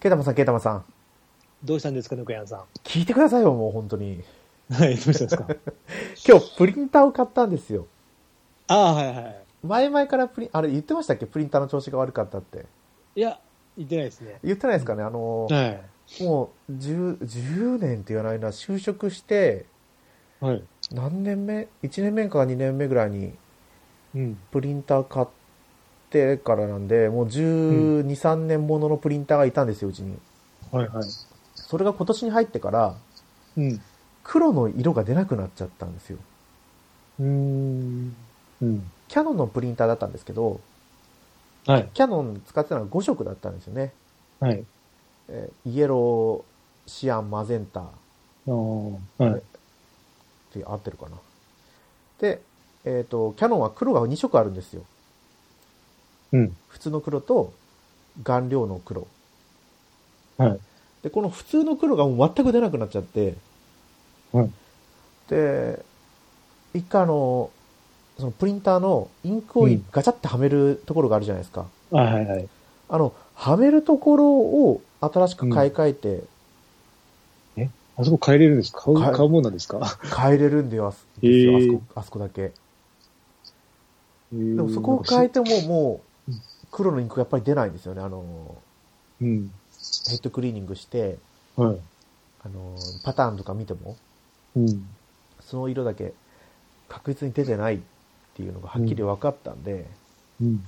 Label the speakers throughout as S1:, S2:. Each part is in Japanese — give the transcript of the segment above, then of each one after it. S1: ケイタマンさん、ケイタマンさん。
S2: どうしたんですか、ぬくやんさ
S1: 聞いてくださいよ、もう本当に。
S2: ん。はい、どうしたんです か。
S1: 今日、プリンターを買ったんですよ。
S2: ああ、はいはい。
S1: 前々からプリン、あれ言ってましたっけプリンターの調子が悪かったって。
S2: いや、言ってないですね。
S1: 言ってないですかねあの、
S2: は
S1: もう10、10年って言わないな、就職して、
S2: い。はい。
S1: 何年目 ?1 年目か2年目ぐらいに
S2: うん。
S1: プリンター買ってからなんで、もう12、3年もののプリンターがいたんですよ、うちに。
S2: はいはい。
S1: それが今年に入ってから、
S2: うん。
S1: 黒の色が出なくなっちゃったんですよ。
S2: うーん。うん。
S1: キャノンのプリンターだったんですけど、
S2: はい。
S1: キャノン使ってたのは5色だったんですよね。
S2: はい。
S1: えーイエロー、シアン、マゼンタっ
S2: あーはい。
S1: て合ってるかな。で、えっ、と、キャノンは黒が2色あるんですよ。
S2: うん。
S1: 普通の黒と顔料の黒。
S2: はい。
S1: で、この普通の黒がもう全く出なくなっちゃって、
S2: はい
S1: で、一回あの、そのプリンターのインクを
S2: うん
S1: ガチャってはめるところがあるじゃないですか。
S2: あはいはい。
S1: あの、はめるところを新しく買い替えて
S2: あそこ変えれるんですか買う、
S1: 買
S2: 買
S1: う
S2: うもんなんですか
S1: 変えれるんだよ、あすですよ
S2: へ
S1: あそ
S2: ー
S1: こ、あそこだけ。
S2: で
S1: でも
S2: も
S1: そこを変え
S2: え、
S1: てももう
S2: うん、
S1: 黒のインクがやっぱり出ないんですよね。あの、
S2: うん。
S1: ヘッドクリーニングして、
S2: はい。
S1: あの、パターンとか見ても、
S2: うん。
S1: その色だけ確実に出てないっていうのがはっきり分かったんで、
S2: うん。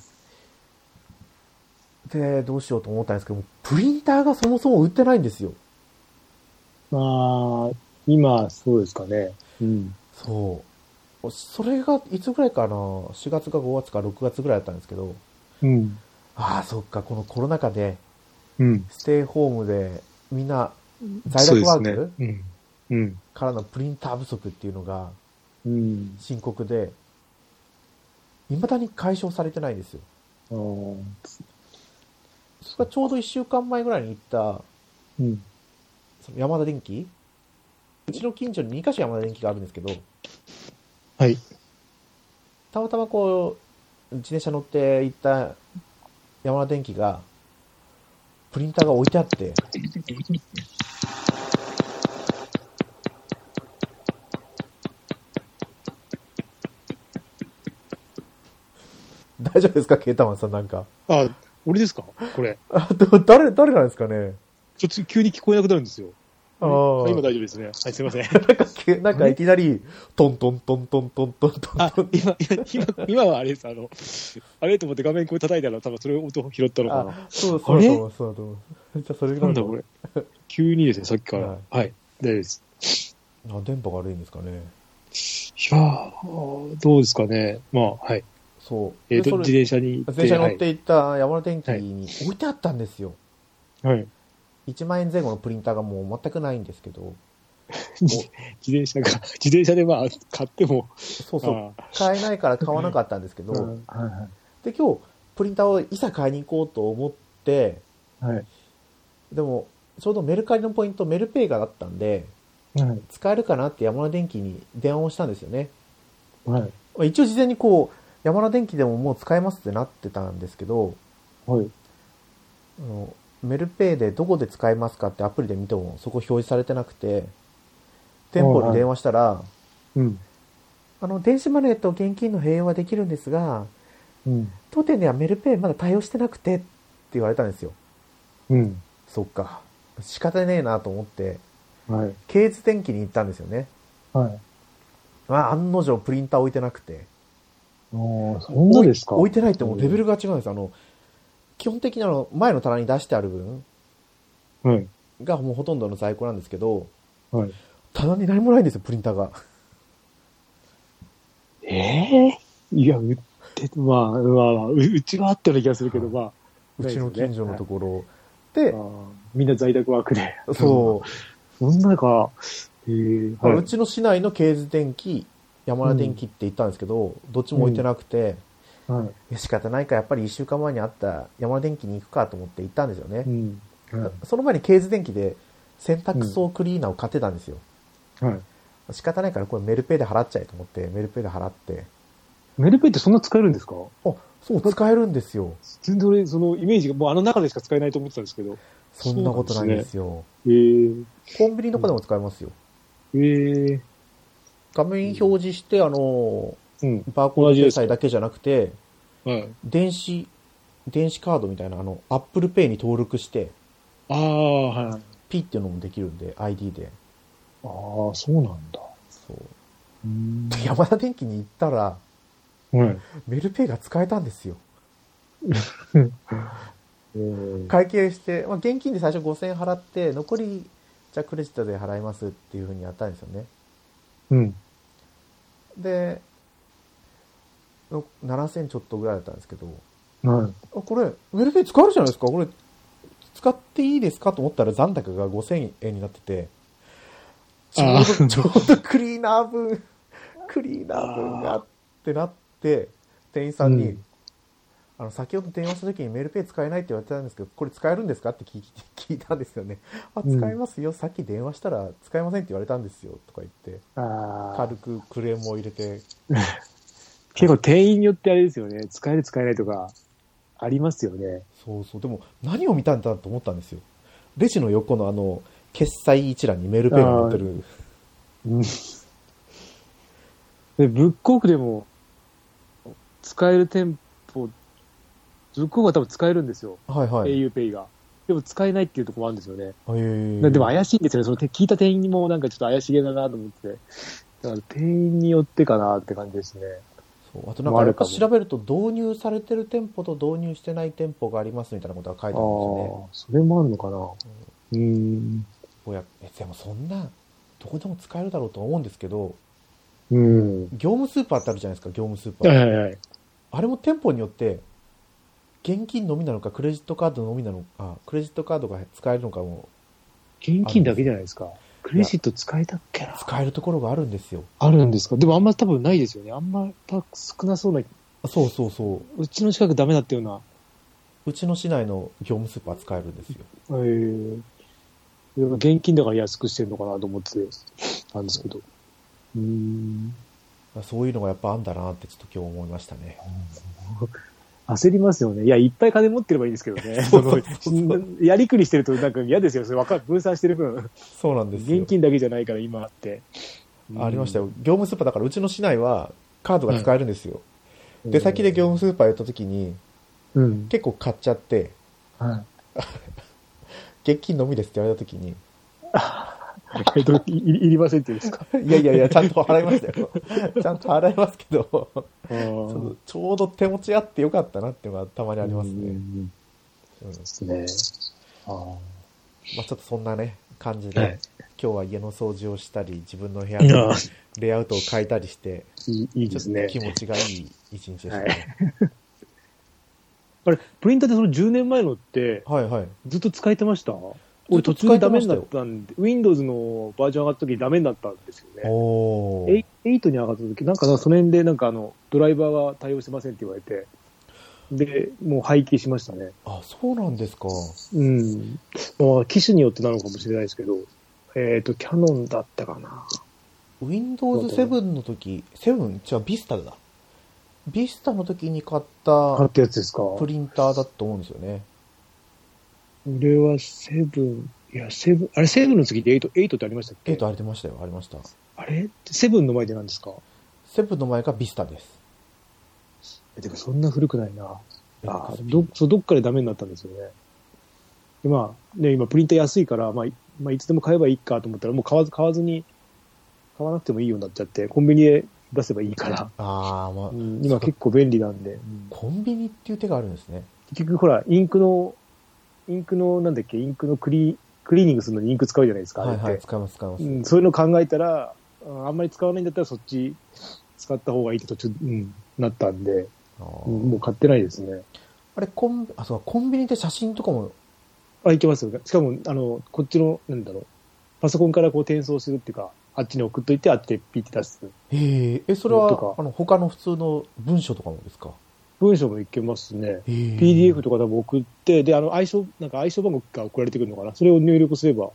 S1: で、どうしようと思ったんですけども、プリンターがそもそも売ってないんですよ。
S2: まあ、今、そうですかね。うん。
S1: そう。それが、いつぐらいかな ?4 月か5月か6月ぐらいだったんですけど、
S2: うん。
S1: ああ、そっか、このコロナ禍で、
S2: うん。
S1: ステイホームで、みんな、在宅ワーク、
S2: そうですね。うん。うん。
S1: からのプリンター不足っていうのが
S2: うん。
S1: 深刻で、未だに解消されてないんですよ。
S2: あー
S1: それがちょうど1週間前ぐらいに行った、
S2: うん。
S1: その山田電機うちの近所に2カ所山田電機があるんですけど、
S2: はい。
S1: たまたまこう、自転車乗って行った山田電機が、プリンターが置いてあって、大丈夫ですかケータマンさんなんか。
S2: あ、俺ですかこれ。
S1: あ、ど誰、誰なんですかね
S2: ちょっと急に聞こえなくなるんですよ。
S1: あ
S2: あ
S1: ー
S2: 今大丈夫ですね。はい、す いません。
S1: なんか急、なんかいきなり、トントントントントントントン
S2: あ、今、今、今今はあれです。あの、あれと思って画面こう叩いたら、多分それ音を拾ったのかな。
S1: あ、そうそう
S2: あれ
S1: そうそうそうそう。じゃあそれ
S2: なんだこれ。 急にですね、さっきから。
S1: は
S2: はいい、大丈夫です。
S1: あ電波が悪いんですかね。
S2: いやーどうですかね。まあ、はい。
S1: そう。
S2: えっ、
S1: でそ
S2: と、自
S1: れ
S2: 転車に行っ
S1: 自
S2: て。
S1: 転車に乗って行った山の電機に置いてあったんですよ。
S2: はい。はい、
S1: 1万円前後のプリンターがもう全くないんですけど、
S2: 自転車が、自転車でまあ、買っても。
S1: そうそう、
S2: あ
S1: 買えないから買わなかったんですけど、
S2: ーうんは
S1: で、今日、プリンターをいざ買いに行こうと思って、
S2: いはい。はい。
S1: でも、ちょうどメルカリのポイント、メルペイがあったんで、
S2: はい。
S1: 使えるかなって山の電機に電話をしたんですよね。
S2: はい。
S1: まあ一応事前にこう、山の電機でももう使えますってなってたんですけど、
S2: はい。
S1: あのメルペイでどこで使えますかってアプリで見てもそこ表示されてなくて、店舗に電話したら、
S2: うん。
S1: あの、電子マネーと現金の併用はできるんですが、
S2: うん。
S1: 当店ではメルペイまだ対応してなくてって言われたんですよ。
S2: うん。
S1: そっか。仕方ねえなと思って、
S2: はい。
S1: 経越電機に行ったんですよね。
S2: はい。
S1: まあ、案の定プリンター置いてなくて。
S2: あーそんなですか
S1: 置いてないってもうレベルが違うんです。あの、基本的にあの、前の棚に出してある分
S2: はい。
S1: がもうほとんどの在庫なんですけど、
S2: はい。
S1: 棚に何もないんですよ、プリンターが。
S2: ええいや、売って、まあ、まあ、まあううちがあったような気がするけど、まあ。
S1: うちの近所のとこ
S2: こ
S1: ろ。
S2: あーみんな在宅ワークで。
S1: で、そう。
S2: う。そんなか、ええ
S1: まあ。
S2: はいう
S1: ちの市内のケーズ電機、山田電機って言ったんですけど、どっちも置いてなくて、
S2: はい。
S1: いや仕方ないからやっぱり1週間前にあった山田電機に行くかと思って行ったんですよね。
S2: うん。は
S1: その前にケーズ電機で洗濯槽クリーナーを買ってたんですよ。
S2: い。はい。
S1: 仕方ないからこれメルペイで払っちゃえと思って、メルペイで払って、
S2: メルペイってそんな使えるんですか
S1: お、そう、使えるんですよ。
S2: 全然俺、そのイメージがもうあの中でしか使えないと思ってたんですけど。
S1: そんなことないんですよ。
S2: へえ。
S1: コンビニとかでも使えますよ。
S2: へえ。
S1: 画面表示して、あの、
S2: うん。
S1: バーコード決済だけじゃなくて、
S2: はい。
S1: 電子、電子カードみたいな、あの、Apple Pay に登録して、
S2: ああ、はい。
S1: ピっていうのもできるんで、ID で。
S2: ああ、そうなんだ。
S1: そう。
S2: うーん
S1: で山田電機に行ったら、
S2: はい。
S1: メルペイが使えたんですよ。
S2: えー
S1: 会計して、まあ、現金で最初5000円払って、残り、じゃあクレジットで払いますっていう風にやったんですよね。
S2: うん。
S1: で、の7000ちょっとぐらいだったんですけど、
S2: は
S1: あ、
S2: い。
S1: これ、メルペイ使えるじゃないですか。これ、使っていいですかと思ったら残高が5000円になってて、ちょ
S2: あ
S1: うど、ちょうどクリーナー分、クリーナー分がってなって、店員さんに、
S2: うん
S1: あの、先ほど電話した時にメールペイ使えないって言われてたんですけど、これ使えるんですかって 聞い聞いたんですよね。あ、使
S2: うん
S1: えますよ。さっき電話したら使えませんって言われたんですよ。とか言って、
S2: ああ
S1: 軽。くクレームを入れて、
S2: 結構店員によってあれですよね。使える使えないとか、ありますよね。
S1: そうそう。でも、何を見たんだと思ったんですよ。レジの横のあの、決済一覧にメールペイが載ってる。
S2: うん。で、ブックオフでも、使える店舗、ブックオフは多分使えるんですよ。
S1: はいはい。え
S2: auPay が。でも使えないっていうところもあるんですよね。
S1: ー
S2: でも怪しいんですよね。そのて聞いた店員にもなんかちょっと怪しげだなと思って。だから店員によってかなって感じですね。
S1: そうあとなんか、やっぱ調べると導入されてる店舗と導入してない店舗がありますみたいなことが書
S2: ああ
S1: いてあるんですね。
S2: ー、それもあるのかな。うーん。
S1: こうやえでもそんな、どこでも使えるだろうとは思うんですけど、
S2: うん。
S1: 業務スーパーってあるじゃないですか、業務スーパ
S2: はい
S1: ー。
S2: はいはい。
S1: あれも店舗によって、現金のみなのか、クレジットカードのみなのか、クレジットカードが使えるのかも、
S2: 現金だけじゃないですか。クレジット使えたっけな。
S1: 使えるところがあるんですよ。
S2: あるんですか。でもあんま多分ないですよね。あんまた少なそうな、
S1: あそうそうそう。
S2: うちの近くダメだったような。
S1: うちの市内の業務スーパー使えるんですよ。
S2: えー、でも現金だから安くしてるのかなと思ってたんですけど。うーん。
S1: そういうのがやっぱあんだなってちょっと今日思いましたね。
S2: 焦りますよね。いや、いっぱい金持ってればいいんですけどね。
S1: そうそうそう
S2: そのやりくりしてるとなんか嫌ですよ。それわかる分散してる分。
S1: そうなんですよ。
S2: 現金だけじゃないから今あって。うん
S1: ありましたよ。。業務スーパーだからうちの市内はカードが使えるんですよ。出先で業務スーパーやった時に
S2: うん。
S1: 結構買っちゃって、
S2: はい
S1: 現金のみですって言われた時に、
S2: えっと、いいりませんって言うん ですか
S1: いやいやいや、ちゃんと払いました よ。ちゃんと払いますけど、
S2: あー
S1: ちょうど手持ちあってよかったなっていうのがたまにあります
S2: う
S1: ね。
S2: ん
S1: うん
S2: そうですね。あー
S1: まあちょっとそんなね、感じ
S2: は
S1: で
S2: い、
S1: 今日は家の掃除をしたり、自分の部屋
S2: いや
S1: のレイアウトを変えたりして、
S2: いいいい
S1: ち
S2: で
S1: ょっ
S2: すね
S1: と。気持ちがいい一日でしたね。
S2: あれ、プリンターでその10年前のって、
S1: はいはい。
S2: ずっと使えてました
S1: ずっ
S2: 俺
S1: と
S2: 途
S1: 使え
S2: 中で
S1: て
S2: ダ
S1: ま
S2: メ
S1: し
S2: に
S1: た
S2: な
S1: よ
S2: ったんで、Windows のバージョン上がった時ダメになったんですよね。
S1: おー
S2: エイ8に上がった時、なんかその辺でなんかあの、ドライバーが対応してませんって言われて、で、もう廃棄しましたね。
S1: あ、そうなんですか。
S2: うん。まあ、機種によってなのかもしれないですけど、えっ、と、キャノンだったかな。
S1: Windows 7の時、7? 違う、Vista だ。Vista の時に買っ
S2: 買ったたやつですか
S1: プリンターだと思うんですよね。
S2: 俺はセブン、いや、セブン、あれ、セブンの次でエイト、エイトってありましたっけ
S1: えっと、あれ出ましたよ。ありました。
S2: あれセブンの前で何ですか
S1: 7の前が Vista です。
S2: え、てか、そんな古くないな。あ
S1: XP
S2: ど、そう、どっかでダメになったんですよね。で、まあ、ね、今、プリンター安いから、まあ、いまあ、いつでも買えばいいかと思ったら、もう買わず、買わずに、買わなくてもいいようになっちゃって、コンビニで出せばいいから、
S1: あー、まあ、
S2: うん今結構便利なんで、うん
S1: コンビニっていう手があるんですね。
S2: 結局ほら、インクの、インクの、なんだっけ、インクのクリ、クリーニングするのにインク使うじゃないですか、あ
S1: は
S2: れ
S1: い
S2: って。
S1: はい、使います、使います。
S2: うん、そういうの考えたら、うんあんまり使わないんだったらそっち使った方がいいって途中、うん、なったんで、
S1: あー
S2: うんもう買ってないですね。
S1: あれ、コンビ、あ、そう、コンビニって写真とかも、
S2: あ、いけますよ。しかも、あの、こっちの、なんだろう、パソコンからこう転送するっていうか、あっちに送っといて、あっちでピッて出す。
S1: えー、え、それ
S2: と
S1: は
S2: か、
S1: あの、他の普通の文章とかもですか
S2: 文章もいけますね。
S1: えー
S2: PDF とか多分送って、で、あの、相性、なんか相性番号が送られてくるのかな。それを入力すれば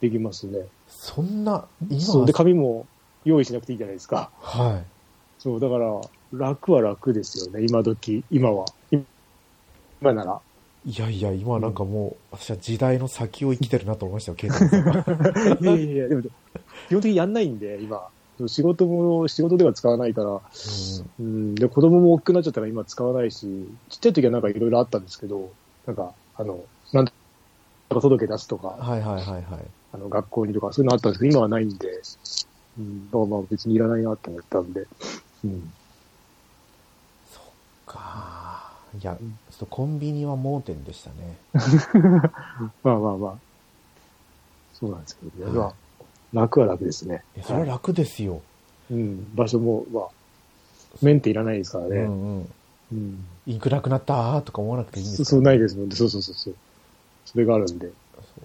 S2: できますね。
S1: そんな、
S2: そう。
S1: 今
S2: で、、紙も用意しなくていいじゃないですか。
S1: はい。
S2: そう、だから、楽は楽ですよね、今時、今は。今今な ら。
S1: いやいや、今なんかもう、私は時代の先を生きてるなと思いましたよ、ケイタ さんが。
S2: いやいやいや、でも、基本的にやんないんで、今。仕事も、仕事では使わないから、うん、で、子供も大きくなっちゃったら今使わないし、ちっちゃい時はなんかいろいろあったんですけど、なんか、あの、なんとか届け出すと
S1: うん
S2: か、
S1: はいはいはいはい。
S2: あの、学校にとか、そういうのあったんですけど、今はないんで、うん、まあまあ別にいらないなって思ったんで、うん。
S1: かいや、ち
S2: う
S1: ょ
S2: ん
S1: っとコンビニは盲点でしたね。
S2: まあまあまあ、そうなんですけどね。ま
S1: は
S2: あ、楽は楽ですね
S1: い。やそれは楽ですよ。
S2: うん、場所も、まあ、メンテいらないですから
S1: う
S2: ね。
S1: んうん。
S2: うん。
S1: 行くなくなったーとか思わなくていいんです
S2: そ
S1: よ
S2: そうないですもんね。そうそうそうそう。それがあるんで。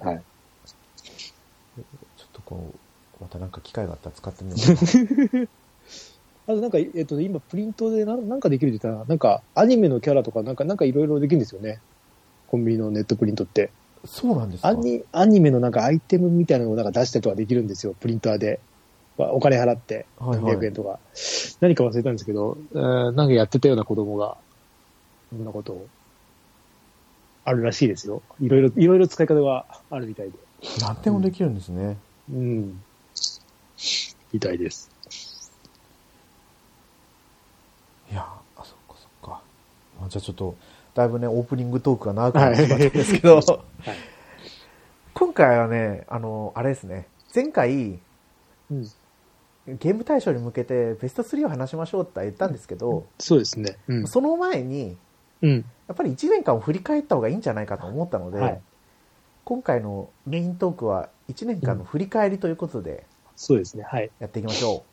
S1: そう
S2: はい。
S1: ちょっとこう、またなんか機会があったら使ってみよ うか
S2: あとなんか、えっと、今、プリントでななんかできるって言ったら、なんか、アニメのキャラとか、なんか、なんかいろいろできるんですよね。コンビニのネットプリントって。
S1: な。そうなんですか
S2: アニアニメのなんかアイテムみたいなのをなんか出したりとかできるんですよ、プリンターで。まあお金払って、
S1: はいはい
S2: 200円とか。何か忘れたんですけど、えーなんかやってたような子供が、そんなことを。あるらしいですよ。いろいろ、いろいろ使い方があるみたいで。
S1: 何でもできるんですね。
S2: うん。みたいです。
S1: いやー、あ、そっかそっか。まあ、じゃあちょっと、だいぶね、オープニングトークが長くなってしまったんですけど、
S2: はい
S1: 今回はね、あの、あれですね、前回、
S2: うん。
S1: ゲーム大賞に向けてベスト3を話しましょうって言ったんですけど、
S2: そうですね。うん。
S1: その前に、
S2: うん。
S1: やっぱり1年間を振り返った方がいいんじゃないかと思ったので、
S2: はい
S1: 今回のメイントークは1年間の振り返りということで
S2: そうですね。はい。
S1: やっていきましょ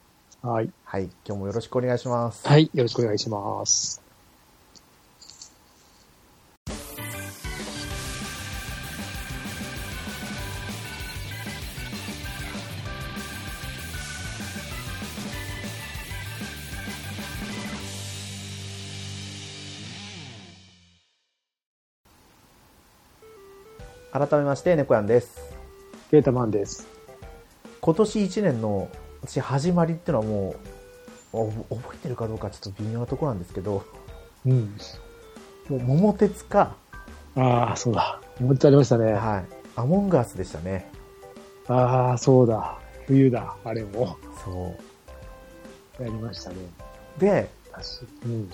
S1: う。
S2: はい。
S1: はい、今日もよろしくお願いします。
S2: はい、よろしくお願いします。
S1: 改めまして、猫やんです。
S2: ゲータマンです。
S1: 今年1年の私始まりっていうのはもうお覚えてるかどうかちょっと微妙なところなんですけど、
S2: うん。
S1: もう桃鉄か、
S2: ああ、そうだ。思ってありましたね。
S1: はい、アモンガースでしたね。
S2: ああ、そうだ。冬だ。あれも。
S1: そ
S2: やりましたね。
S1: う。で、
S2: うん。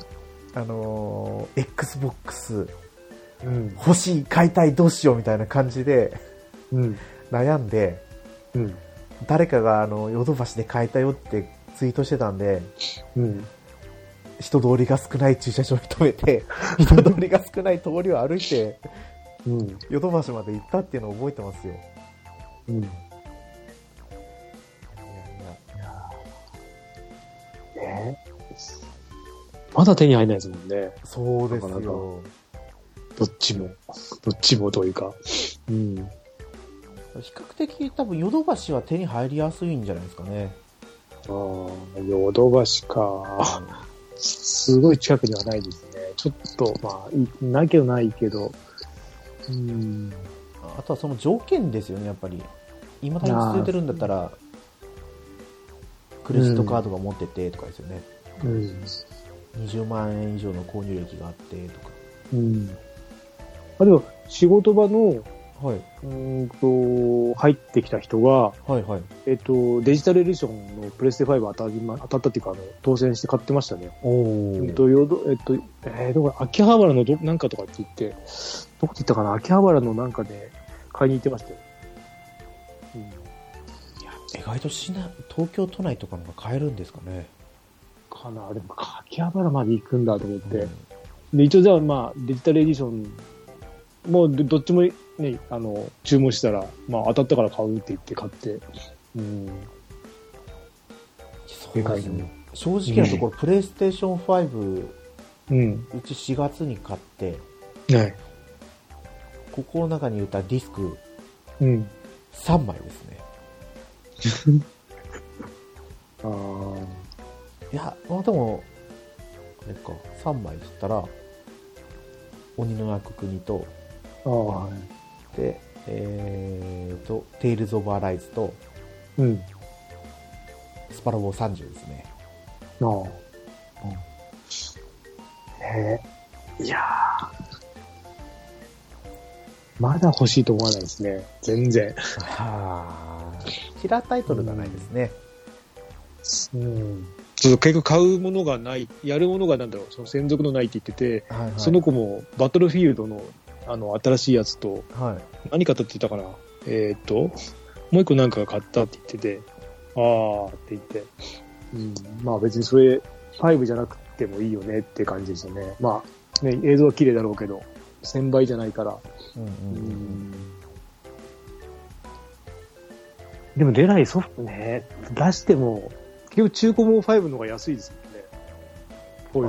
S1: あのー XBOX
S2: うん。
S1: 欲しい、買いたい、どうしようみたいな感じで
S2: うん。
S1: 悩んで、
S2: うん。
S1: 誰かがあのヨドバシで買えたよってツイートしてたんで、
S2: うん。
S1: 人通りが少ない駐車場に止め て、人通りが少ない通りを歩いて、
S2: うん。
S1: ヨドバシまで行ったっていうのを覚えてますよ。い
S2: うん。ね
S1: やいや
S2: えまだ手に入らないですもんね。
S1: そうです
S2: なかなか
S1: よ。
S2: どっちも。どっちもというか。うん。
S1: 比較的多分ヨドバシは手に入りやすいんじゃないですかね。
S2: ああ、ヨドバシか。すごい近くにはないですね。ちょっと、まあ、いないけどないけど。うん。
S1: あとはその条件ですよね、やっぱり。今だに続いてるんだったら、クレジットカードが持っててとかですよね。
S2: うん。
S1: 20万円以上の購入歴があってとか。
S2: うん。あ、でも、仕事場の、
S1: はい、
S2: うーんと、入ってきた人が、
S1: はい、はい。
S2: えっと、デジタルエディションのプレステ5当たりま、当たったっていうか、あの、当選して買ってましたね。
S1: おお
S2: うんと、よど、えっと、えー、どこだ秋葉原のど、なんかとかって言って、どこって言ったかな秋葉原のなんかで買いに行ってましたよ。うん。
S1: 意外と市内東京都内とかのが買えるんですかね、
S2: かなでも、秋葉原まで行くんだと思って。
S1: うん
S2: で、一応じゃあ、まあ、デジタルエディション、もうどどっちもね、あの、注文したら、まあ、当たったから買うって言って買って、うん、
S1: そうですね正直なところ、プレイステーション5
S2: うん、
S1: うち4月に買って
S2: はい、
S1: ここの中に入れたディスク
S2: うん。
S1: 3枚ですね
S2: あー
S1: いやまあでもあれか3枚って言ったら鬼の泣く国と
S2: あー、はい、
S1: でえーと「テイルズ・オブ・アライズ」と
S2: うん、
S1: 「スパロボ30」ですね
S2: ああ、ねえいやーまだ欲しいと思わないですね。全然。
S1: はあ。キラータイトルがないですね。
S2: うん。ちょっと結局買うものがない、やるものがなんだろう、その専属のないって言ってて、
S1: はいはい。
S2: その子もバトルフィールドのあの新しいやつと、
S1: はい。
S2: 何買ったって言ったかなえーっと、もう一個なんか買ったって言ってて、あーって言って、うん、まあ別にそれ、5じゃなくてもいいよねって感じですよね。まあ、ね、映像は綺麗だろうけど、1000倍じゃないから。
S1: うんうん
S2: でも出ないソフトね、出しても、結局中古も5の方が安いですよね。こういう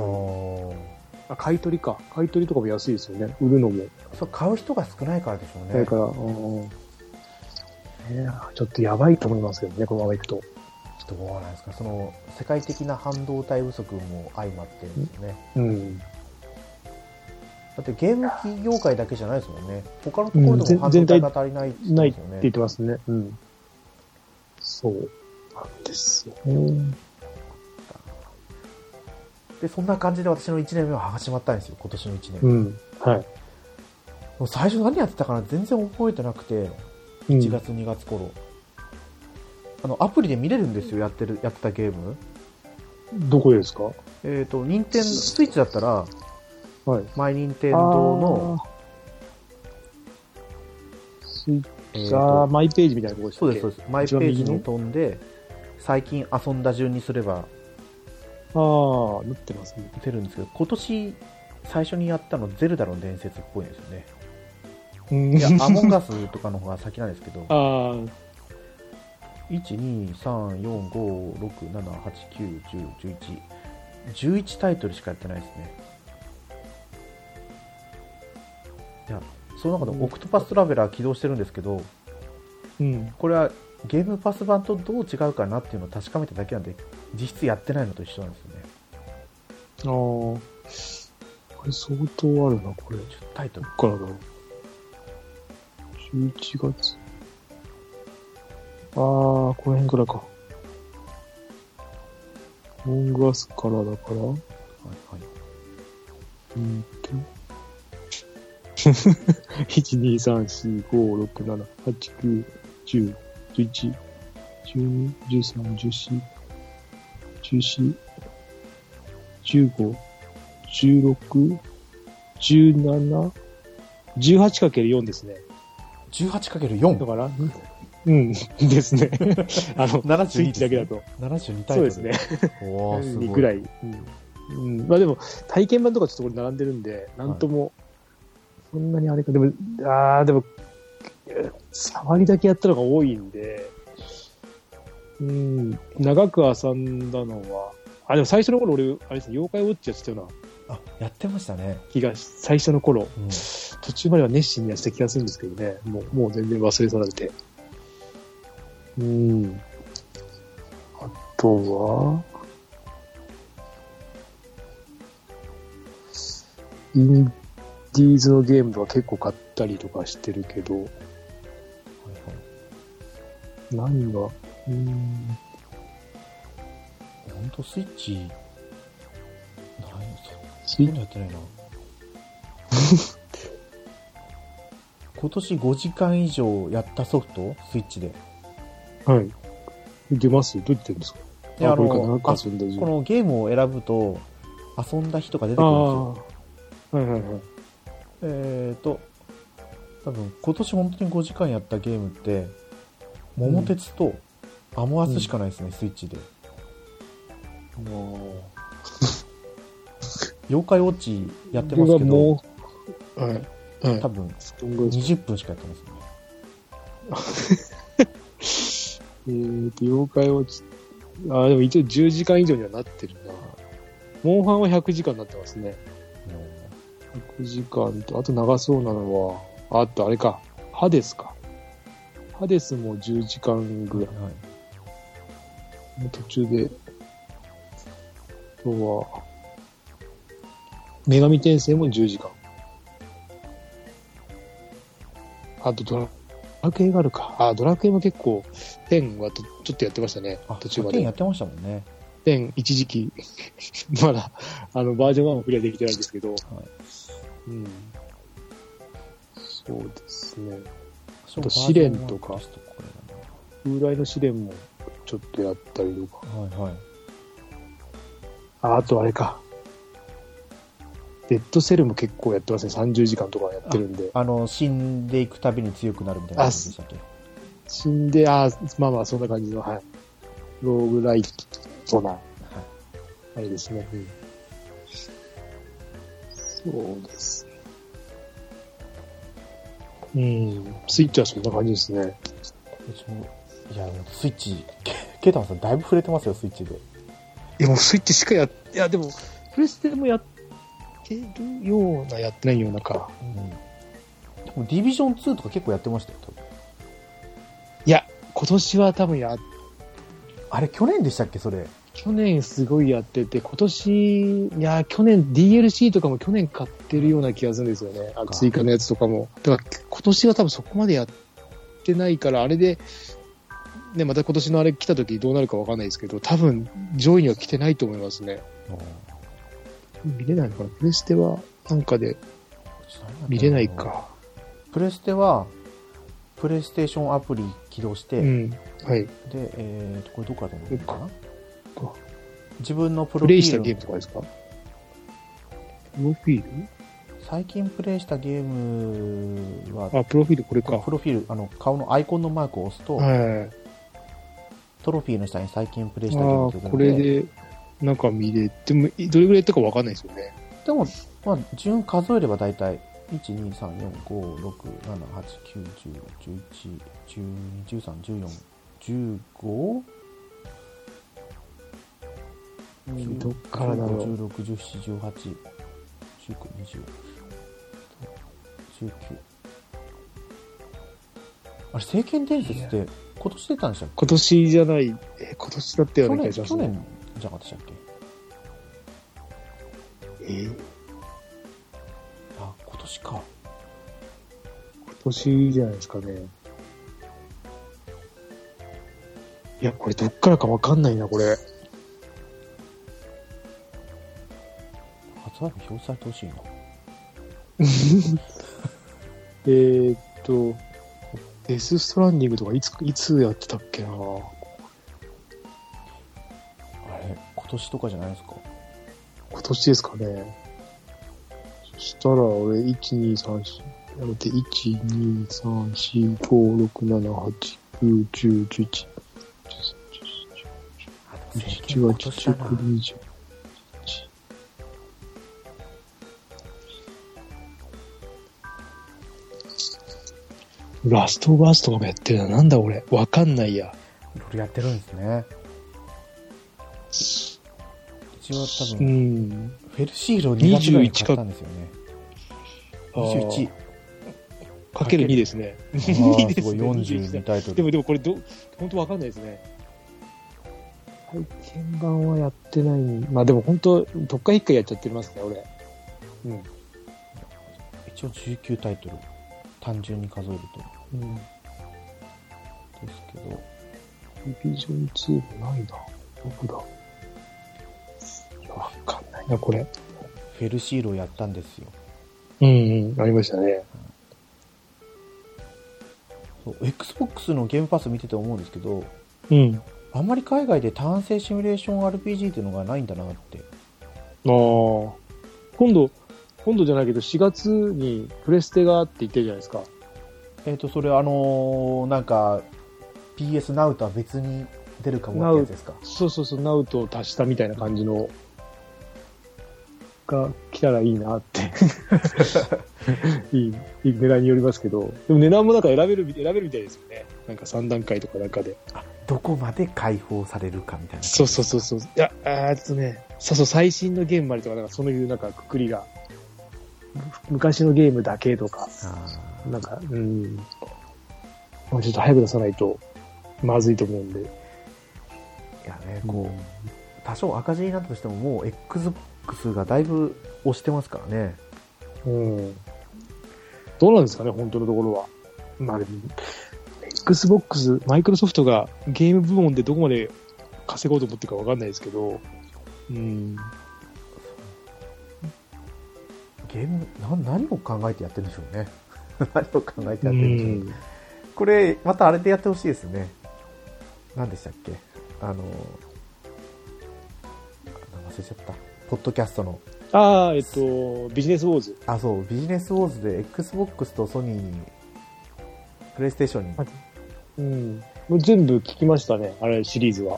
S1: う
S2: の
S1: ん。
S2: あ買い取りか。買い取りとかも安いですよね。売るのも。
S1: あーそう、買う人が少ないからでしょうね。
S2: だから、うんねちょっとやばいと思いますけどね、このままいくと。
S1: どうなんですか、その世界的な半導体不足も相まってですよね。
S2: うん。
S1: だってゲーム機業界だけじゃないですもんね。他のところでも
S2: うん
S1: 半
S2: 全
S1: 導体
S2: 体
S1: が足りないって言っ
S2: な
S1: て
S2: い
S1: ま
S2: っ
S1: す
S2: て
S1: よ
S2: 言っ
S1: ね。
S2: てますね。うん。そうなんですよね。
S1: で、そんな感じで私の1年目は始まったんですよ、今年の1年。
S2: う
S1: も
S2: ん。はい。
S1: う最初何やってたかな全然覚えてなくて、
S2: うん
S1: 1月、2月頃。あの、アプリで見れるんですよ、やってる、やってたゲーム。
S2: どこですか
S1: えっ、と、任天堂スイッチだったら、
S2: はい。
S1: マイ任天堂の、
S2: あー。スイッ
S1: えー
S2: チ、
S1: と
S2: あーマイページみたいなとこでした
S1: そう
S2: っ
S1: で
S2: け
S1: す、そうです。マイページに飛んで、最近遊んだ順にすれば
S2: ああ、なってますね。
S1: 出るんですけど、今年最初にやったのゼルダの伝説っぽいんですよね。
S2: うん
S1: いや、アモンガスとかの方が先なんですけど、
S2: あー
S1: 1、2、3、4、5、6、7、8、9、10、11。11タイトルしかやってないですね。いや、その中でオクトパストラベラー起動してるんですけど、
S2: うん。
S1: これはゲームパス版とどう違うかなっていうのを確かめただけなんで、実質やってないのと一緒なんですよね。
S2: ああ。これ相当あるな、これ。
S1: 10タイトル。
S2: からだろう。11月。ああ、この辺からか。モングアスからだから。
S1: はいはい
S2: うんと。1、2、3、4、5、6、7、8、9、10、11、12、13、14、14、15、16、17、18×4 ですね。だ
S1: 18×4。
S2: から、うん、ですね。 あの、ス
S1: 72
S2: イッチだけだと。
S1: 72タイトル。
S2: そうですね。。
S1: おーすごい。
S2: ぐらい。うんうんまあでも、体験版とかちょっとこれ並んでるんで、なんとも、そんなにあれか、でも、ああ、でも、えー触りだけやったのが多いんで、うん、長く遊んだのは、あ、でも最初の頃俺、あれですね、妖怪ウォッチやってたような
S1: あ、やってましたね。
S2: 気がし、最初の頃、
S1: うん
S2: 途中までは熱心にやってた気がするんですけどね、もうもう全然忘れ去られて。うん。あとは、インディーズのゲームとか結構買ったりとかしてるけど、何が、うん、
S1: 本当スイッチ、ないそ
S2: スイ
S1: そんなのやって ないな。今年5時間以上やったソフトスイッチで。
S2: はい。出ますどうやってるんですか
S1: いやあの
S2: これかなんか遊んだ
S1: このゲームを選ぶと、遊んだ日とか出てくる
S2: あ
S1: ん
S2: あ
S1: ですよ。。
S2: はいはいはい。
S1: えっ、と、多分今年本当に5時間やったゲームって、桃鉄とアモアスしかないですね、スイッチで。
S2: あの
S1: 妖怪ウォッチやって
S2: こ
S1: ます
S2: れ
S1: け
S2: が
S1: ど、
S2: もう、はい。はい
S1: 多分
S2: どんぐらいです
S1: 20
S2: か
S1: 分しかやってますね。
S2: えーと、妖怪はち、あーでも一応10時間以上にはなってるな。モンハンは100時間になってますね。100時間と、あと長そうなのは、ああとあれか、ハデスか。ハデスも10時間ぐらい。
S1: はい
S2: 途中で、あとは、女神転生も10時間。あとドラ、ドラクエがあるか。あー、ドラクエも結構、10はとちょっとやってましたね
S1: あ、。
S2: 途中ま
S1: 100
S2: で
S1: や。ってましたもんね。
S2: 1.1時期、 まだ、あの、バージョン1もクリアできてないんですけど、うん。そうですね。
S1: そ
S2: あと試練とか
S1: バージョンワンですとこ
S2: 風来の試練もちょっとやったりとか、
S1: れだなはいはい。
S2: ああとあれか。デッドセルも結構やってますね。30時間とかやってるんで。
S1: あの、死んでいくたびに強くなるみたいな感じでしたっけ
S2: 死んで、ああ、まあまあ、そんな感じの、はい。ローグライトな、あれですね。うんそうですね。うん。スイッチはそんな感じですね。
S1: 私もいや、もうスイッチ、ケケイタマンさんだいぶ触れてますよ、スイッチで。
S2: いや、もうスイッチしかやっ、いや、でも、プレステもやってるような、やってないようなか。
S1: うん。でもディビジョン2とか結構やってましたよ、多分
S2: いや、今年は多分やっ
S1: あれ、去年でしたっけ、それ。
S2: 去年すごいやってて、今年、いや、去年 DLC とかも去年買ってるような気がするんですよね。あの追加のやつとかも。だから今年は多分そこまでやってないから、あれで、ね、また今年のあれ来た時どうなるかわかんないですけど、多分上位には来てないと思いますね。見れないのかなプレステはなんかで 見れない。か。
S1: プレステは、プレイステーションアプリ起動して、
S2: うん。はい。
S1: で、えーと、これどこからでもいいのかな
S2: そっか
S1: 自分のプロ
S2: プ
S1: フ
S2: レ
S1: ィ
S2: イした
S1: ー
S2: ゲー
S1: ル
S2: ムとかですかプロフィー
S1: 最近プレイしたゲームは
S2: ル、あ、プロフィールこれか。
S1: プロフィール、あの、顔のアイコンのマークを押すと、
S2: はい。
S1: トロフィーの下に最近プレイしたゲー
S2: あ
S1: ム
S2: あ
S1: っていう
S2: ー、
S1: の
S2: これで、なんか見れても、いどれぐらいやったかわかんないですよね。
S1: でも、まあ、順数えれば大体、1、2、3、4、5、6、7、8、9、10、11、12、13、14、15、
S2: どっからだろう
S1: ?16、17、18、19、20、19。あれ、聖剣伝説って今年出たんでしたっ
S2: 今年じゃない、え今年だった
S1: け
S2: よ
S1: 去
S2: うな気
S1: 年、
S2: がします
S1: 去
S2: ね。
S1: 年じゃなかったでしたっけ
S2: えー
S1: あ、今年か。
S2: 今年じゃないですかね。いや、これどっからかわかんないな、これ。
S1: 発売日表示されてほしいな。
S2: えーっと、デスストランディングとかいつ、いつやってたっけな
S1: あれ、今年とかじゃないですか。
S2: 今年ですかね。そしたら、俺、1、2、3、4、やめて、1、2、3、4、5、6、7、8、9、10、11、
S1: あでも
S2: 12、
S1: 政権
S2: 13、
S1: 今
S2: 14、
S1: 年だ
S2: 15、
S1: な
S2: 20。ラストバースとかもやってるな。なんだ俺。わかんないや。
S1: いろいろやってるんですね。一応多
S2: う
S1: 分、
S2: ん。
S1: フェルシールを2月ぐらいに買ったんですよね。
S2: あー
S1: 21。
S2: かける2ですね。
S1: あーす
S2: いいですね
S1: ごい、42タイト
S2: で
S1: ル。
S2: も、でもこれど、本当わかんないですね。体験版はやってない。まあでも本当、特化一回やっちゃってますね、俺。うん。
S1: 一応19タイトル。単純に数えると。
S2: うん。
S1: ですけど、
S2: ディビジョン2もないな。どこだわかんないな、これ。
S1: フェルシールをやったんですよ。
S2: うんうん、ありましたね。
S1: そう Xbox のゲームパス見てて思うんですけど、
S2: うん。
S1: あんまり海外で単性シミュレーション RPG っていうのがないんだなって。
S2: ああ。今度、今度じゃないけど、4月にプレステがあって言ってるじゃないですか。
S1: えっ、と、それあのーなんか、PS Now とは別に出るかもってやつですか。
S2: そうそうそう、ナウトを足したみたいな感じの、が来たらいいな って。いい、いい狙いによりますけど。でも値段もなんか選べるみ、選べるみたいですよね。なんか3段階とかなんかで。
S1: どこまで解放されるかみたいな。
S2: そうそうそうそう。いや、あーえっとね、そうそう、最新のゲームまでとか、なんかそういうなんかくくりが、む昔のゲームだけとか、
S1: あー
S2: なんか、うん。もうちょっと早く出さないと、まずいと思うんで。
S1: いやね、こう、多少赤字になったとしても、もう Xbox がだいぶ押してますからね。
S2: うん。どうなんですかね、本当のところは。まあでも、Xbox、マイクロソフトがゲーム部門でどこまで稼ごうと思ってるかわかんないですけど、うん、
S1: ゲームな何を考えてやってるんでしょうね 何を考えて
S2: う
S1: やってるんでしょう、ね
S2: ん、
S1: これまたあれでやってほしいですね何でしたっけあのあ忘れちゃったポッドキャストの
S2: ああ、えっと、ビジネスウォーズ。
S1: あそうビジネスウォーズで XBOX とソニーにプレイステーションに
S2: はいうん、もう全部聞きましたね、あれ、シリーズは。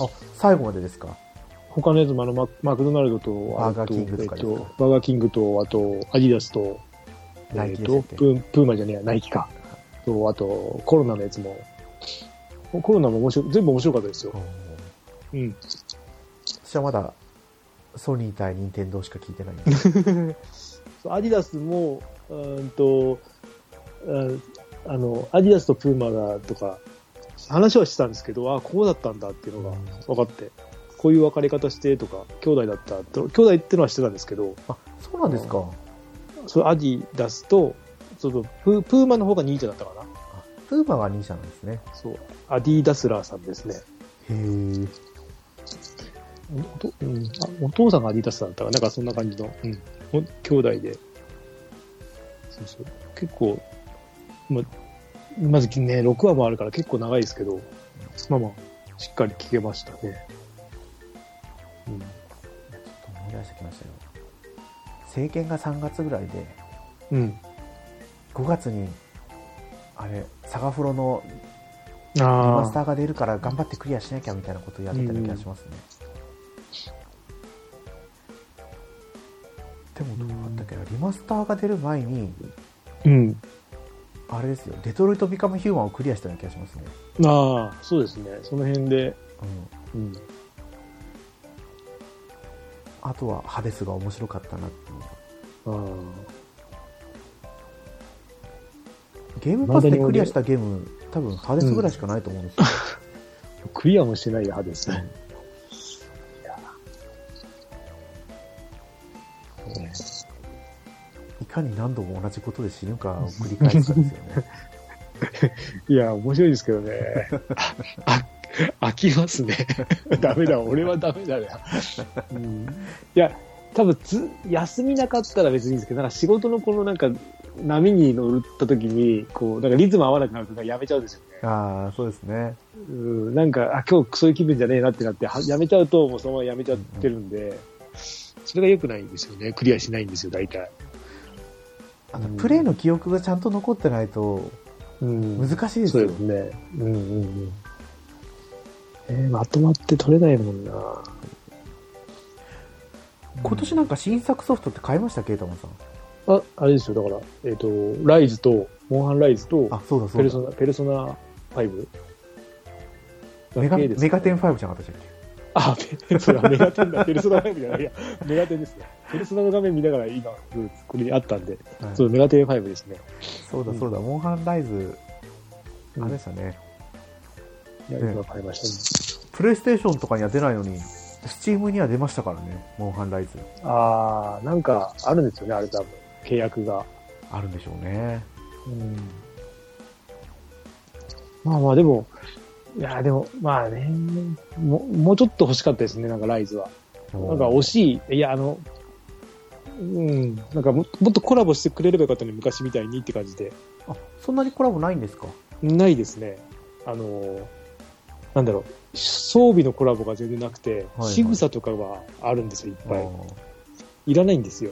S1: あ最後までですか
S2: 他のやつもあのママクドナルドと、
S1: バーガーキングと
S2: えっ
S1: かですか
S2: と、バーガーキングと、あと、アディダスと、え
S1: ナイキ
S2: っ
S1: でした
S2: と、
S1: っけ
S2: ププーマじゃねえや、ナイキか。と、あと、コロナのやつも。コロナも面白い全部面白かったですよ。うん。
S1: 私はまだソニー対任天堂しか聞いてないん です
S2: そうアディダスも、うーんと、うんあの、アディダスとプーマがとか、話はしてたんですけど、あこうだったんだっていうのが分かって、こういう別れ方してとか、兄弟だったと、兄弟ってのはしてたんですけど、
S1: あそうなんですか
S2: そのアディダスと、そのププーマの方がニーチャだったかな。
S1: あプーマが兄者なんですね
S2: そう、アディダスラーさんですね。
S1: へえ
S2: おとうんあお父さんがアディダスだったかななんかそんな感じの、うん、お兄弟で。そうそう。結構、ま、まずね、6話もあるから結構長いですけど、まあまあ、しっかり聞けましたね。うん。
S1: ちょっと思い出してきましたよ政権が3月ぐらいで
S2: うん。
S1: 5月にあれサガフロのリマ
S2: あ
S1: スタ
S2: あ。
S1: ーが出るから頑張ってクリアしなきゃみたいなことをやってたような気がしますね、でもどうだったっけなリマスターが出る前に
S2: うん。
S1: あれですよデトロイト・ビカム・ヒューマンをクリアしたような気がしますね、
S2: ああ、そうですね。その辺で、
S1: うん、
S2: うん。
S1: あとはハデスが面白かったなっていう
S2: ああ。
S1: ゲームパスでクリアしたゲーム多分ハデスぐらいしかないと思うんです よ、
S2: クリアもしてない派ですね。
S1: そういかに何度も同じことで死ぬかを繰り返すかですよ ね
S2: いや、面白いですけどね。ああ飽きますね。 ダメだ、俺はダメだね。うん、いや、多分ず、休みなかったら別にいいんですけど、なんか仕事のこのなんか、波に乗った時に、こう、なんかリズム合わなくなるとかやめちゃうんですよね。
S1: ああそうですね
S2: うん、なんか、あ、今日そういう気分じゃねえなってなって、はやめちゃうと、もうそのままやめちゃってるんで、それが良くないんですよね。クリアしないんですよ、大体。
S1: あとプレイの記憶がちゃんと残ってないと
S2: うん
S1: 難しいです
S2: そう
S1: よ、
S2: ですね。うんうんうん。えーまとまって取れないもんな。
S1: 今年なんか新作ソフトって買いましたけタマさん
S2: あ、あれですよ、だから、えっ、と、ライズと、モンハンライズと、
S1: あそうだそ
S2: ペ
S1: う
S2: ル
S1: だ
S2: ソナ、ペルソナ 5?
S1: メガ
S2: だけです
S1: メガテン5じゃなかったでしたっ
S2: あ、ペ それはメガテンだ。ペルソナ5じゃない。いや、メガテンですね。ペルソナの画面見ながら今、うんこれにあったんで、
S1: け、はい
S2: そう、メガテン5ですね。
S1: そうだそうだ、モンハンライズあれでしたね、
S2: いや、
S1: ね
S2: 今買いまし
S1: プレイステーションとかには出ないのにスチームには出ましたからねモンハンライズ
S2: た、ね。あー、なんか、あるんですよね、あれ多分。契約が。
S1: あるんでしょうね
S2: うんまあまあでも、いやでも、まあね、ももうちょっと欲しかったですね、なんかライズは。なんか惜しい、いやあの、うん、なんかももっとコラボしてくれればよかったね、昔みたいにって感じで。
S1: あそんなにコラボないんですか
S2: ないですね。あの、なんだろう、装備のコラボが全然なくて、
S1: はい
S2: 仕草とかはあるんですよ、いっぱ
S1: あ
S2: い。
S1: ー
S2: いらないん ですよ。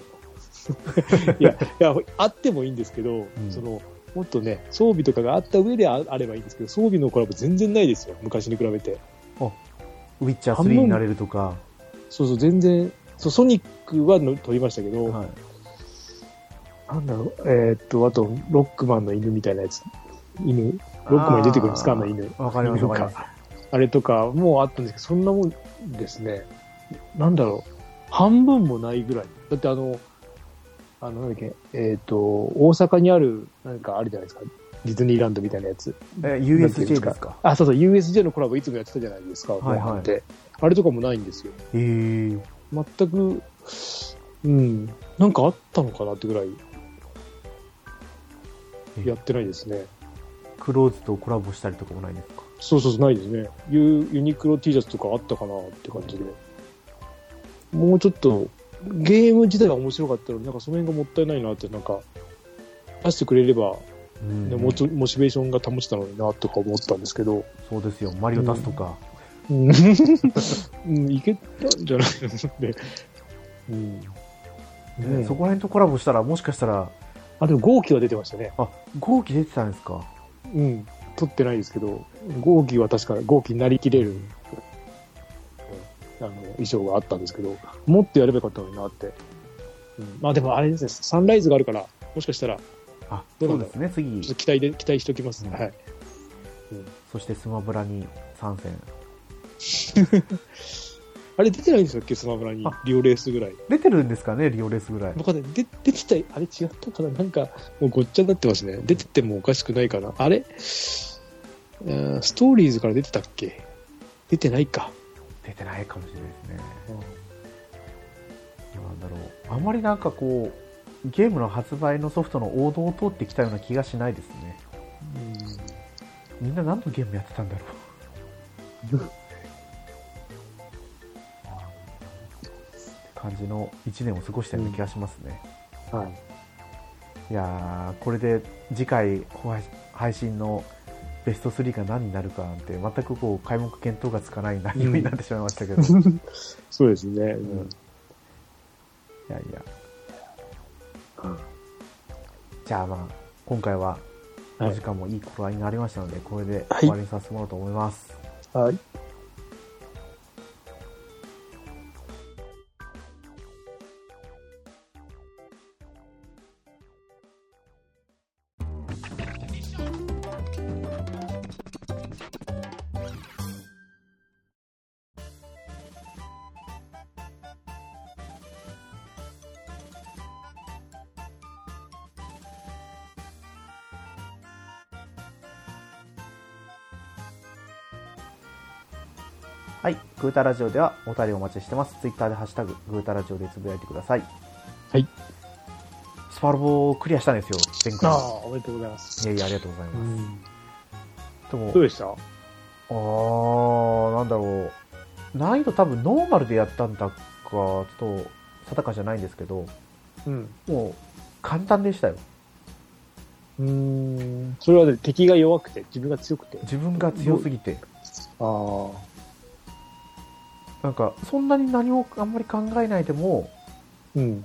S2: いや、いや、あってもいいんですけど、
S1: うん
S2: その、もっとね、装備とかがあった上でああればいいんですけど、装備のコラボ全然ないですよ、昔に比べて。
S1: ウィッチャー
S2: あん
S1: 3
S2: ま
S1: になれるとか、
S2: そうそう、全然、そうソニックはの撮りましたけど、
S1: はい、
S2: なんだろう、えーっと、あと、ロックマンの犬みたいなやつ、犬、ロックマンに出てくるんですか、あの犬。
S1: わかりますわかります
S2: あれとかもうあったんですけど、そんなもんですね。なんだろう。半分もないぐらい。だってあの、あの、なんだっけ、えっ、と、大阪にある、なんかあるじゃないですか。ディズニーランドみたいなやつ。
S1: え
S2: なんてい
S1: USJ
S2: うん
S1: で
S2: ですす
S1: か
S2: かあ、そうそう、USJ のコラボいつもやってたじゃないですか、
S1: はいはい
S2: 後半ってあれとかもないんですよ。
S1: へえ
S2: 全く、うん、なんかあったのかなってぐらい、やってないですね。
S1: クローズとコラボしたりとかもないんですか
S2: そうそうそう、ないですね。ユユニクロ T シャツとかあったかなって感じで。もうちょっと、ゲーム自体は面白かったのに、なんかその辺がもったいないなって、なんか、出してくれれば、
S1: うん
S2: ね、もうちょモチベーションが保ちたのになとか思ったんですけど、
S1: そうですよ、マリオ出すとか。
S2: うんうん、いけたんじゃないのって。うん、うん
S1: ねそこら辺とコラボしたら、もしかしたら、
S2: あ、でも号機は出てましたね。
S1: あ、号機出てたんですか。
S2: うん、撮ってないですけど、号機は確か号機になりきれる、うんあの衣装があったんですけど、もっとやればよかったのになって。うん、まあでもあれですね、サンライズがあるから、もしかしたら、ちょ
S1: あ、
S2: どう
S1: そ
S2: な
S1: うん
S2: だ
S1: ですね、
S2: っと
S1: 次。
S2: 期待で、期待しておきます。
S1: うん
S2: はい。
S1: そしてスマブラに参戦。
S2: あれ出てないんですよっけ、スマブラに
S1: あ。
S2: リオレースぐらい。
S1: 出てるんですかね、リオレースぐらい。
S2: 僕はね、で出てた、あれ違ったかななんか、もうごっちゃになってますね。出ててもおかしくないかな。あれうんストーリーズから出てたっけ出てないか。
S1: 出てないかもしれないですね。どうなんだろう。あまりなんかこう、ゲームの発売のソフトの王道を通ってきたような気がしないですね。みんな何のゲームやってたんだろう。って感じの1年を過ごしたような気がしますね。
S2: うんはい。
S1: いやー、これで次回ほ配配信のベスト3が何になるかなんて、全くこう、開目見当がつかない内容になってしまいましたけど。い
S2: そうですね。
S1: んやいや。じゃあまあ、今回は、
S2: はい
S1: お時間もいい頃合いになりましたので、これで
S2: はい
S1: 終わりにさせてもらおうと思います。
S2: はい。
S1: はい、グータラジオではお便りお待ちしてます。ツイッターでハッシュタグ、グータラジオでつぶやいてください。
S2: はい。
S1: スパロボクリアしたんですよ、前
S2: あ
S1: 回。
S2: あ、おめでとうございます。
S1: いやいや、ありがとうございます。でも
S2: どうでした
S1: あー、なんだろう。難易度多分ノーマルでやったんだか、ちょっと定かじゃないんですけど、
S2: うん。
S1: もう簡単でしたよ。
S2: うん。それはね敵が弱くて、自分が強くて。
S1: 自分が強すぎて。
S2: ああ。
S1: なんか、そんなに何もあんまり考えないでも、
S2: うん。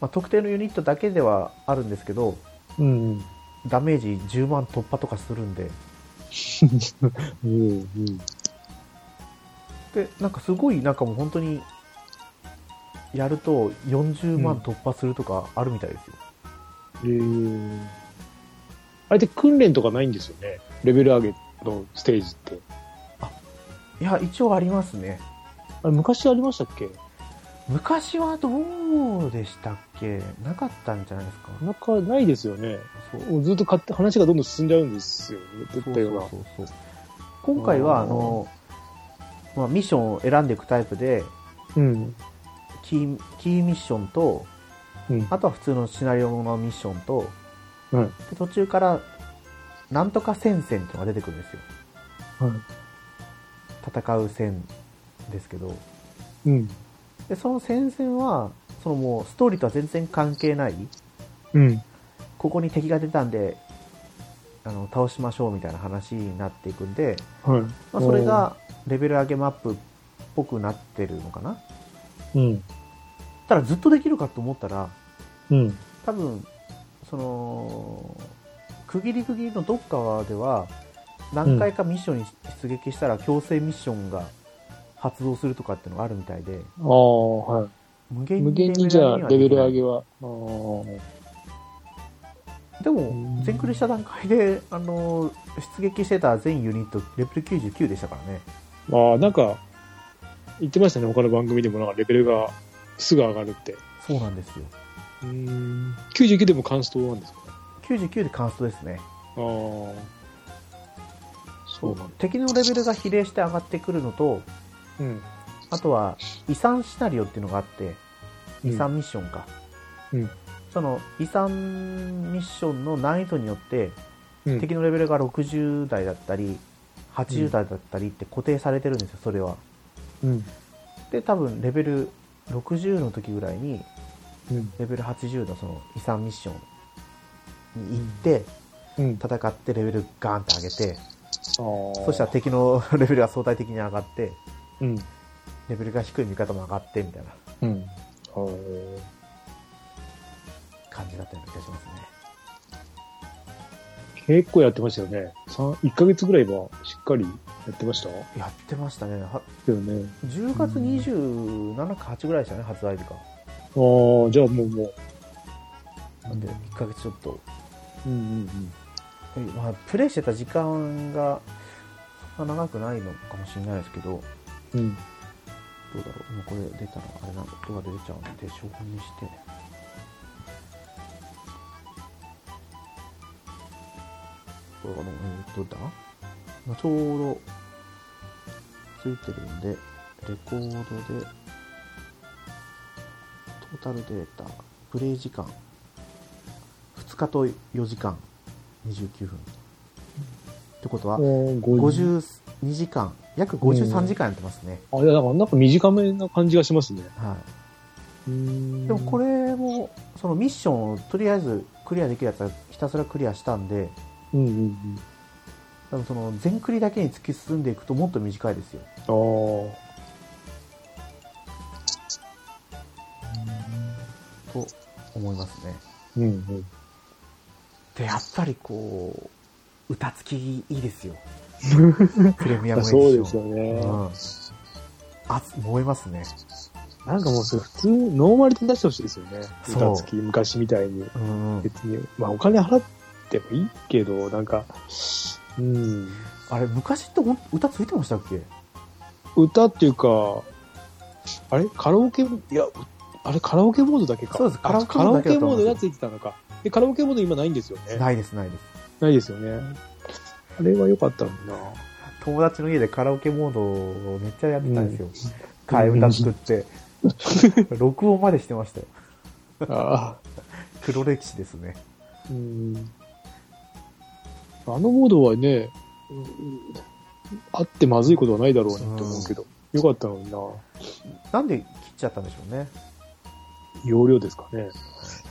S1: まあ、特定のユニットだけではあるんですけど、
S2: うん。
S1: ダメージ10万突破とかするんで、
S2: うん。うん。
S1: で、なんかすごい、なんかもう本当に、やると40万突破するとかあるみたいですよ。
S2: えー、あれって訓練とかないんですよね。レベル上げのステージって。
S1: いや、一応ありますね。
S2: あれ、昔ありましたっけ
S1: 昔はどうでしたっけなかったんじゃないですか
S2: なんかないですよね。
S1: そう
S2: もうずっと勝手話がどんどん進んじゃうんですよね。
S1: そう
S2: 絶
S1: そう
S2: 対は。
S1: そうそう今回はあ
S2: あー
S1: の、まあ、ミッションを選んでいくタイプで
S2: うん。
S1: キーキーミッションと
S2: うん。
S1: あとは普通のシナリオのミッションと、
S2: はい
S1: で途中からなんとか戦線っていうのが出てくるんですよ
S2: は
S1: 戦う戦ですけど
S2: い。うん。
S1: でその戦線はそのもうストーリーとは全然関係ない
S2: うん。
S1: ここに敵が出たんであの倒しましょうみたいな話になっていくんで、
S2: はい。
S1: まあ、それがレベル上げマップっぽくなってるのかな
S2: おー、うん。
S1: ただずっとできるかと思ったら
S2: うん。
S1: 多分その区切り区切りのどっかでは何回かミッションに出撃したら強制ミッションが発動するとかっていうのがあるみたいで
S2: ああ、はい。
S1: 無限
S2: 無限にじゃあ、レベル上げは。あー
S1: でも全クリした段階であの出撃してた全ユニットレベル99でしたからね
S2: あー、なんか、言ってましたね。他の番組でも、なんかレベルがすぐ上がるって。
S1: そうなんですよ
S2: うん。99でも関東なんですかね。
S1: 99でカンストですね
S2: ああ。そうなんだ。
S1: 敵のレベルが比例して上がってくるのと
S2: うん。
S1: あとは遺産シナリオっていうのがあって遺
S2: うん
S1: 産ミッションか、
S2: うん
S1: その遺産ミッションの難易度によって
S2: うん
S1: 敵のレベルが60台だったり80代だったりって固定されてるんですよそれは
S2: うん。
S1: で多分レベル60の時ぐらいに
S2: うん。
S1: レベル80のその遺産ミッションに行って
S2: うん。あ
S1: 戦ってレベルガーンって上げて
S2: そ
S1: そしたら、敵のレベルが相対的に上がって
S2: うん。
S1: レベルが低い味方も上がってみたいな
S2: うん。はい。
S1: 感じだったような気がしますね
S2: 結構やってましたよね。三1ヶ月ぐらいはしっかりやってましただ
S1: やってましたねは
S2: よね。
S1: 10月27か8ぐらいでしたね発売日か
S2: ああ、じゃあもうもう。
S1: なんで1ヶ月ちょっと
S2: うんうん
S1: えまあ、プレイしてた時間がそんな長くないのかもしれないですけど、どう
S2: うん。うん。
S1: だろう、もうこれ出たらあれなことが出ちゃうんで、消化にして。これがね、えー、どうだまあちょうどついてるんで、レコードで、トータルデータ、プレイ時間、2日と4時間、29分。ってことは、
S2: うん、50。
S1: 52時間、約53時間やってますね。
S2: あ、いや、なんか、なんか短めな感じがしますね。
S1: はい。
S2: うん
S1: でもこ、れもそのミッションをとりあえずクリアできるやつはひたすらクリアしたんで
S2: うんうん
S1: 多分その全クリだけに突き進んでいくともっと短いですよ
S2: うん。ああ。
S1: と思いますね
S2: うんうん。
S1: でやっぱりこう歌付きいいです よプレミアムエディション
S2: そうですよね。
S1: うん、あ燃えますね
S2: なんかもうそれ普通、ノーマルで出してほしいですよね。
S1: そう
S2: 歌付き、昔みたいに。
S1: うんうん
S2: 別に、まあお金払ってもいいけど、なんか、うん。
S1: あれ昔ってほん歌ついてましたっけ
S2: 歌っていうか、あれカラオケ、いや、うあれカラオケモードだけか。
S1: そうです
S2: あ
S1: カラオケモードだけだと思
S2: カラオ
S1: います
S2: ケモードがついてたのか。で、カラオケモード今ないんですよね。
S1: ないですないです
S2: ないですよね。あれは良かった んだな。
S1: 友達の家でカラオケモードをめっちゃやってたんですよ、替え歌作って、録音までしてましたよ
S2: あ
S1: 黒歴史ですね
S2: あ、うん。あのモードはね、うんあってまずいことはないだろうなと思うけど、良かったのにな。
S1: なんで切っちゃったんでしょうね
S2: 容量ですかね。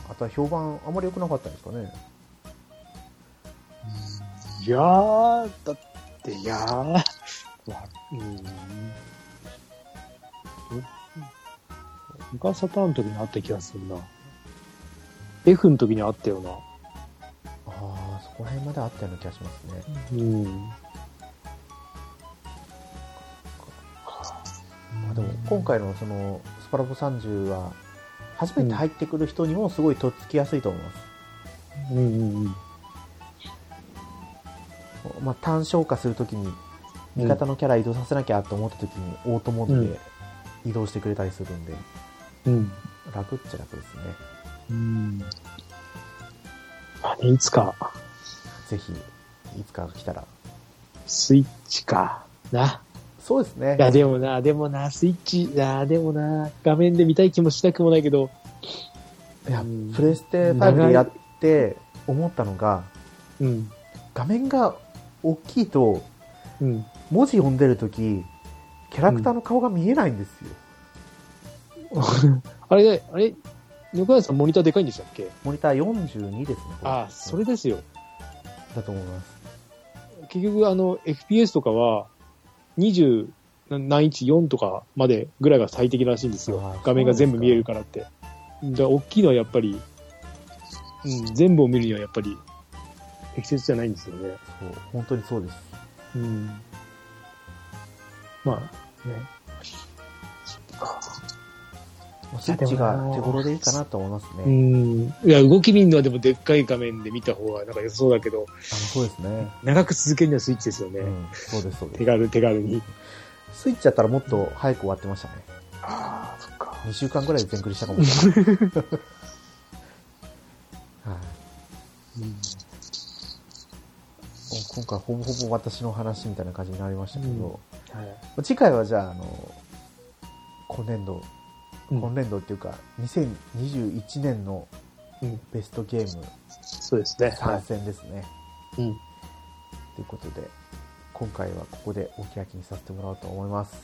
S1: あとは評判あまり良くなかったんですかね
S2: いやー、だって、いやー、わうん。ガサターンの時にあった気がするな。F の時にあったよな。
S1: ああそこら辺まであったような気がしますね
S2: うん。
S1: まあでも今回のそのスパラボ30は初めて入ってくる人にもすごいとっつきやすいと思います、
S2: うんうんうん。
S1: まあ、単消化するときに味方のキャラ移動させなきゃと思ったときにオートモードで移動してくれたりするんで、
S2: うん。
S1: 楽っちゃ楽ですね
S2: うん。まあね、いつか、
S1: ぜひいつか来たら
S2: スイッチか。な。
S1: そうですね
S2: いや、でもな、でもな、スイッチ、いや、でもな、画面で見たい気もしなくもないけど、
S1: いや
S2: うん
S1: プレステ5でやって思ったのが
S2: うん。
S1: 画面が大きいと
S2: うん。
S1: 文字読んでるときキャラクターの顔が見えないんですよ、
S2: あれ、あれ、横山さんモニターでかいんでしたっけ
S1: モニター42ですねこ
S2: ああ、それですよ。
S1: だと思います
S2: 結局、あの、FPS とかは、20何インチ4とかまでぐらいが最適らしいんです
S1: あ
S2: よ
S1: あ。
S2: 画面が全部
S1: そう
S2: 見
S1: ですか
S2: えるからって。うんだから大きいのはやっぱり、うん、全部を見るにはやっぱり、適切じゃないんですよね。
S1: そう本当にそうです
S2: うん。まあ、ね。そっか
S1: まあスイッチが手頃でいいかなと思いますね、
S2: う
S1: あの
S2: ん。いや、動き見るのはでもでっかい画面で見た方がなんか良さそうだけど、
S1: そうですね、
S2: 長く続けるにはスイッチですよね。
S1: うん、そうですそう
S2: 手
S1: です
S2: 軽、手軽に。
S1: スイッチだったらもっと早く終わってましたね
S2: ああ、そっか。
S1: 2週間ぐらいで全クリしたかもしれない、 はい
S2: うん
S1: もう今回ほぼほぼ私の話みたいな感じになりましたけ
S2: うん
S1: ど、
S2: はい。
S1: 次回はじゃああの今年度
S2: うん
S1: 今年度っていうか2021年の
S2: うん
S1: ベストゲーム
S2: そうですね。
S1: 参戦ですね、
S2: い。うん。
S1: ということで今回はここでお開きにさせてもらおうと思います。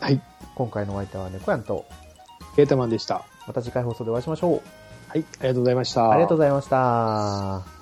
S2: はい。
S1: 今回のお相手は猫やんと、
S2: ゲータマンでした。
S1: また次回放送でお会いしましょう。
S2: はい。ありがとうございました。
S1: ありがとうございました。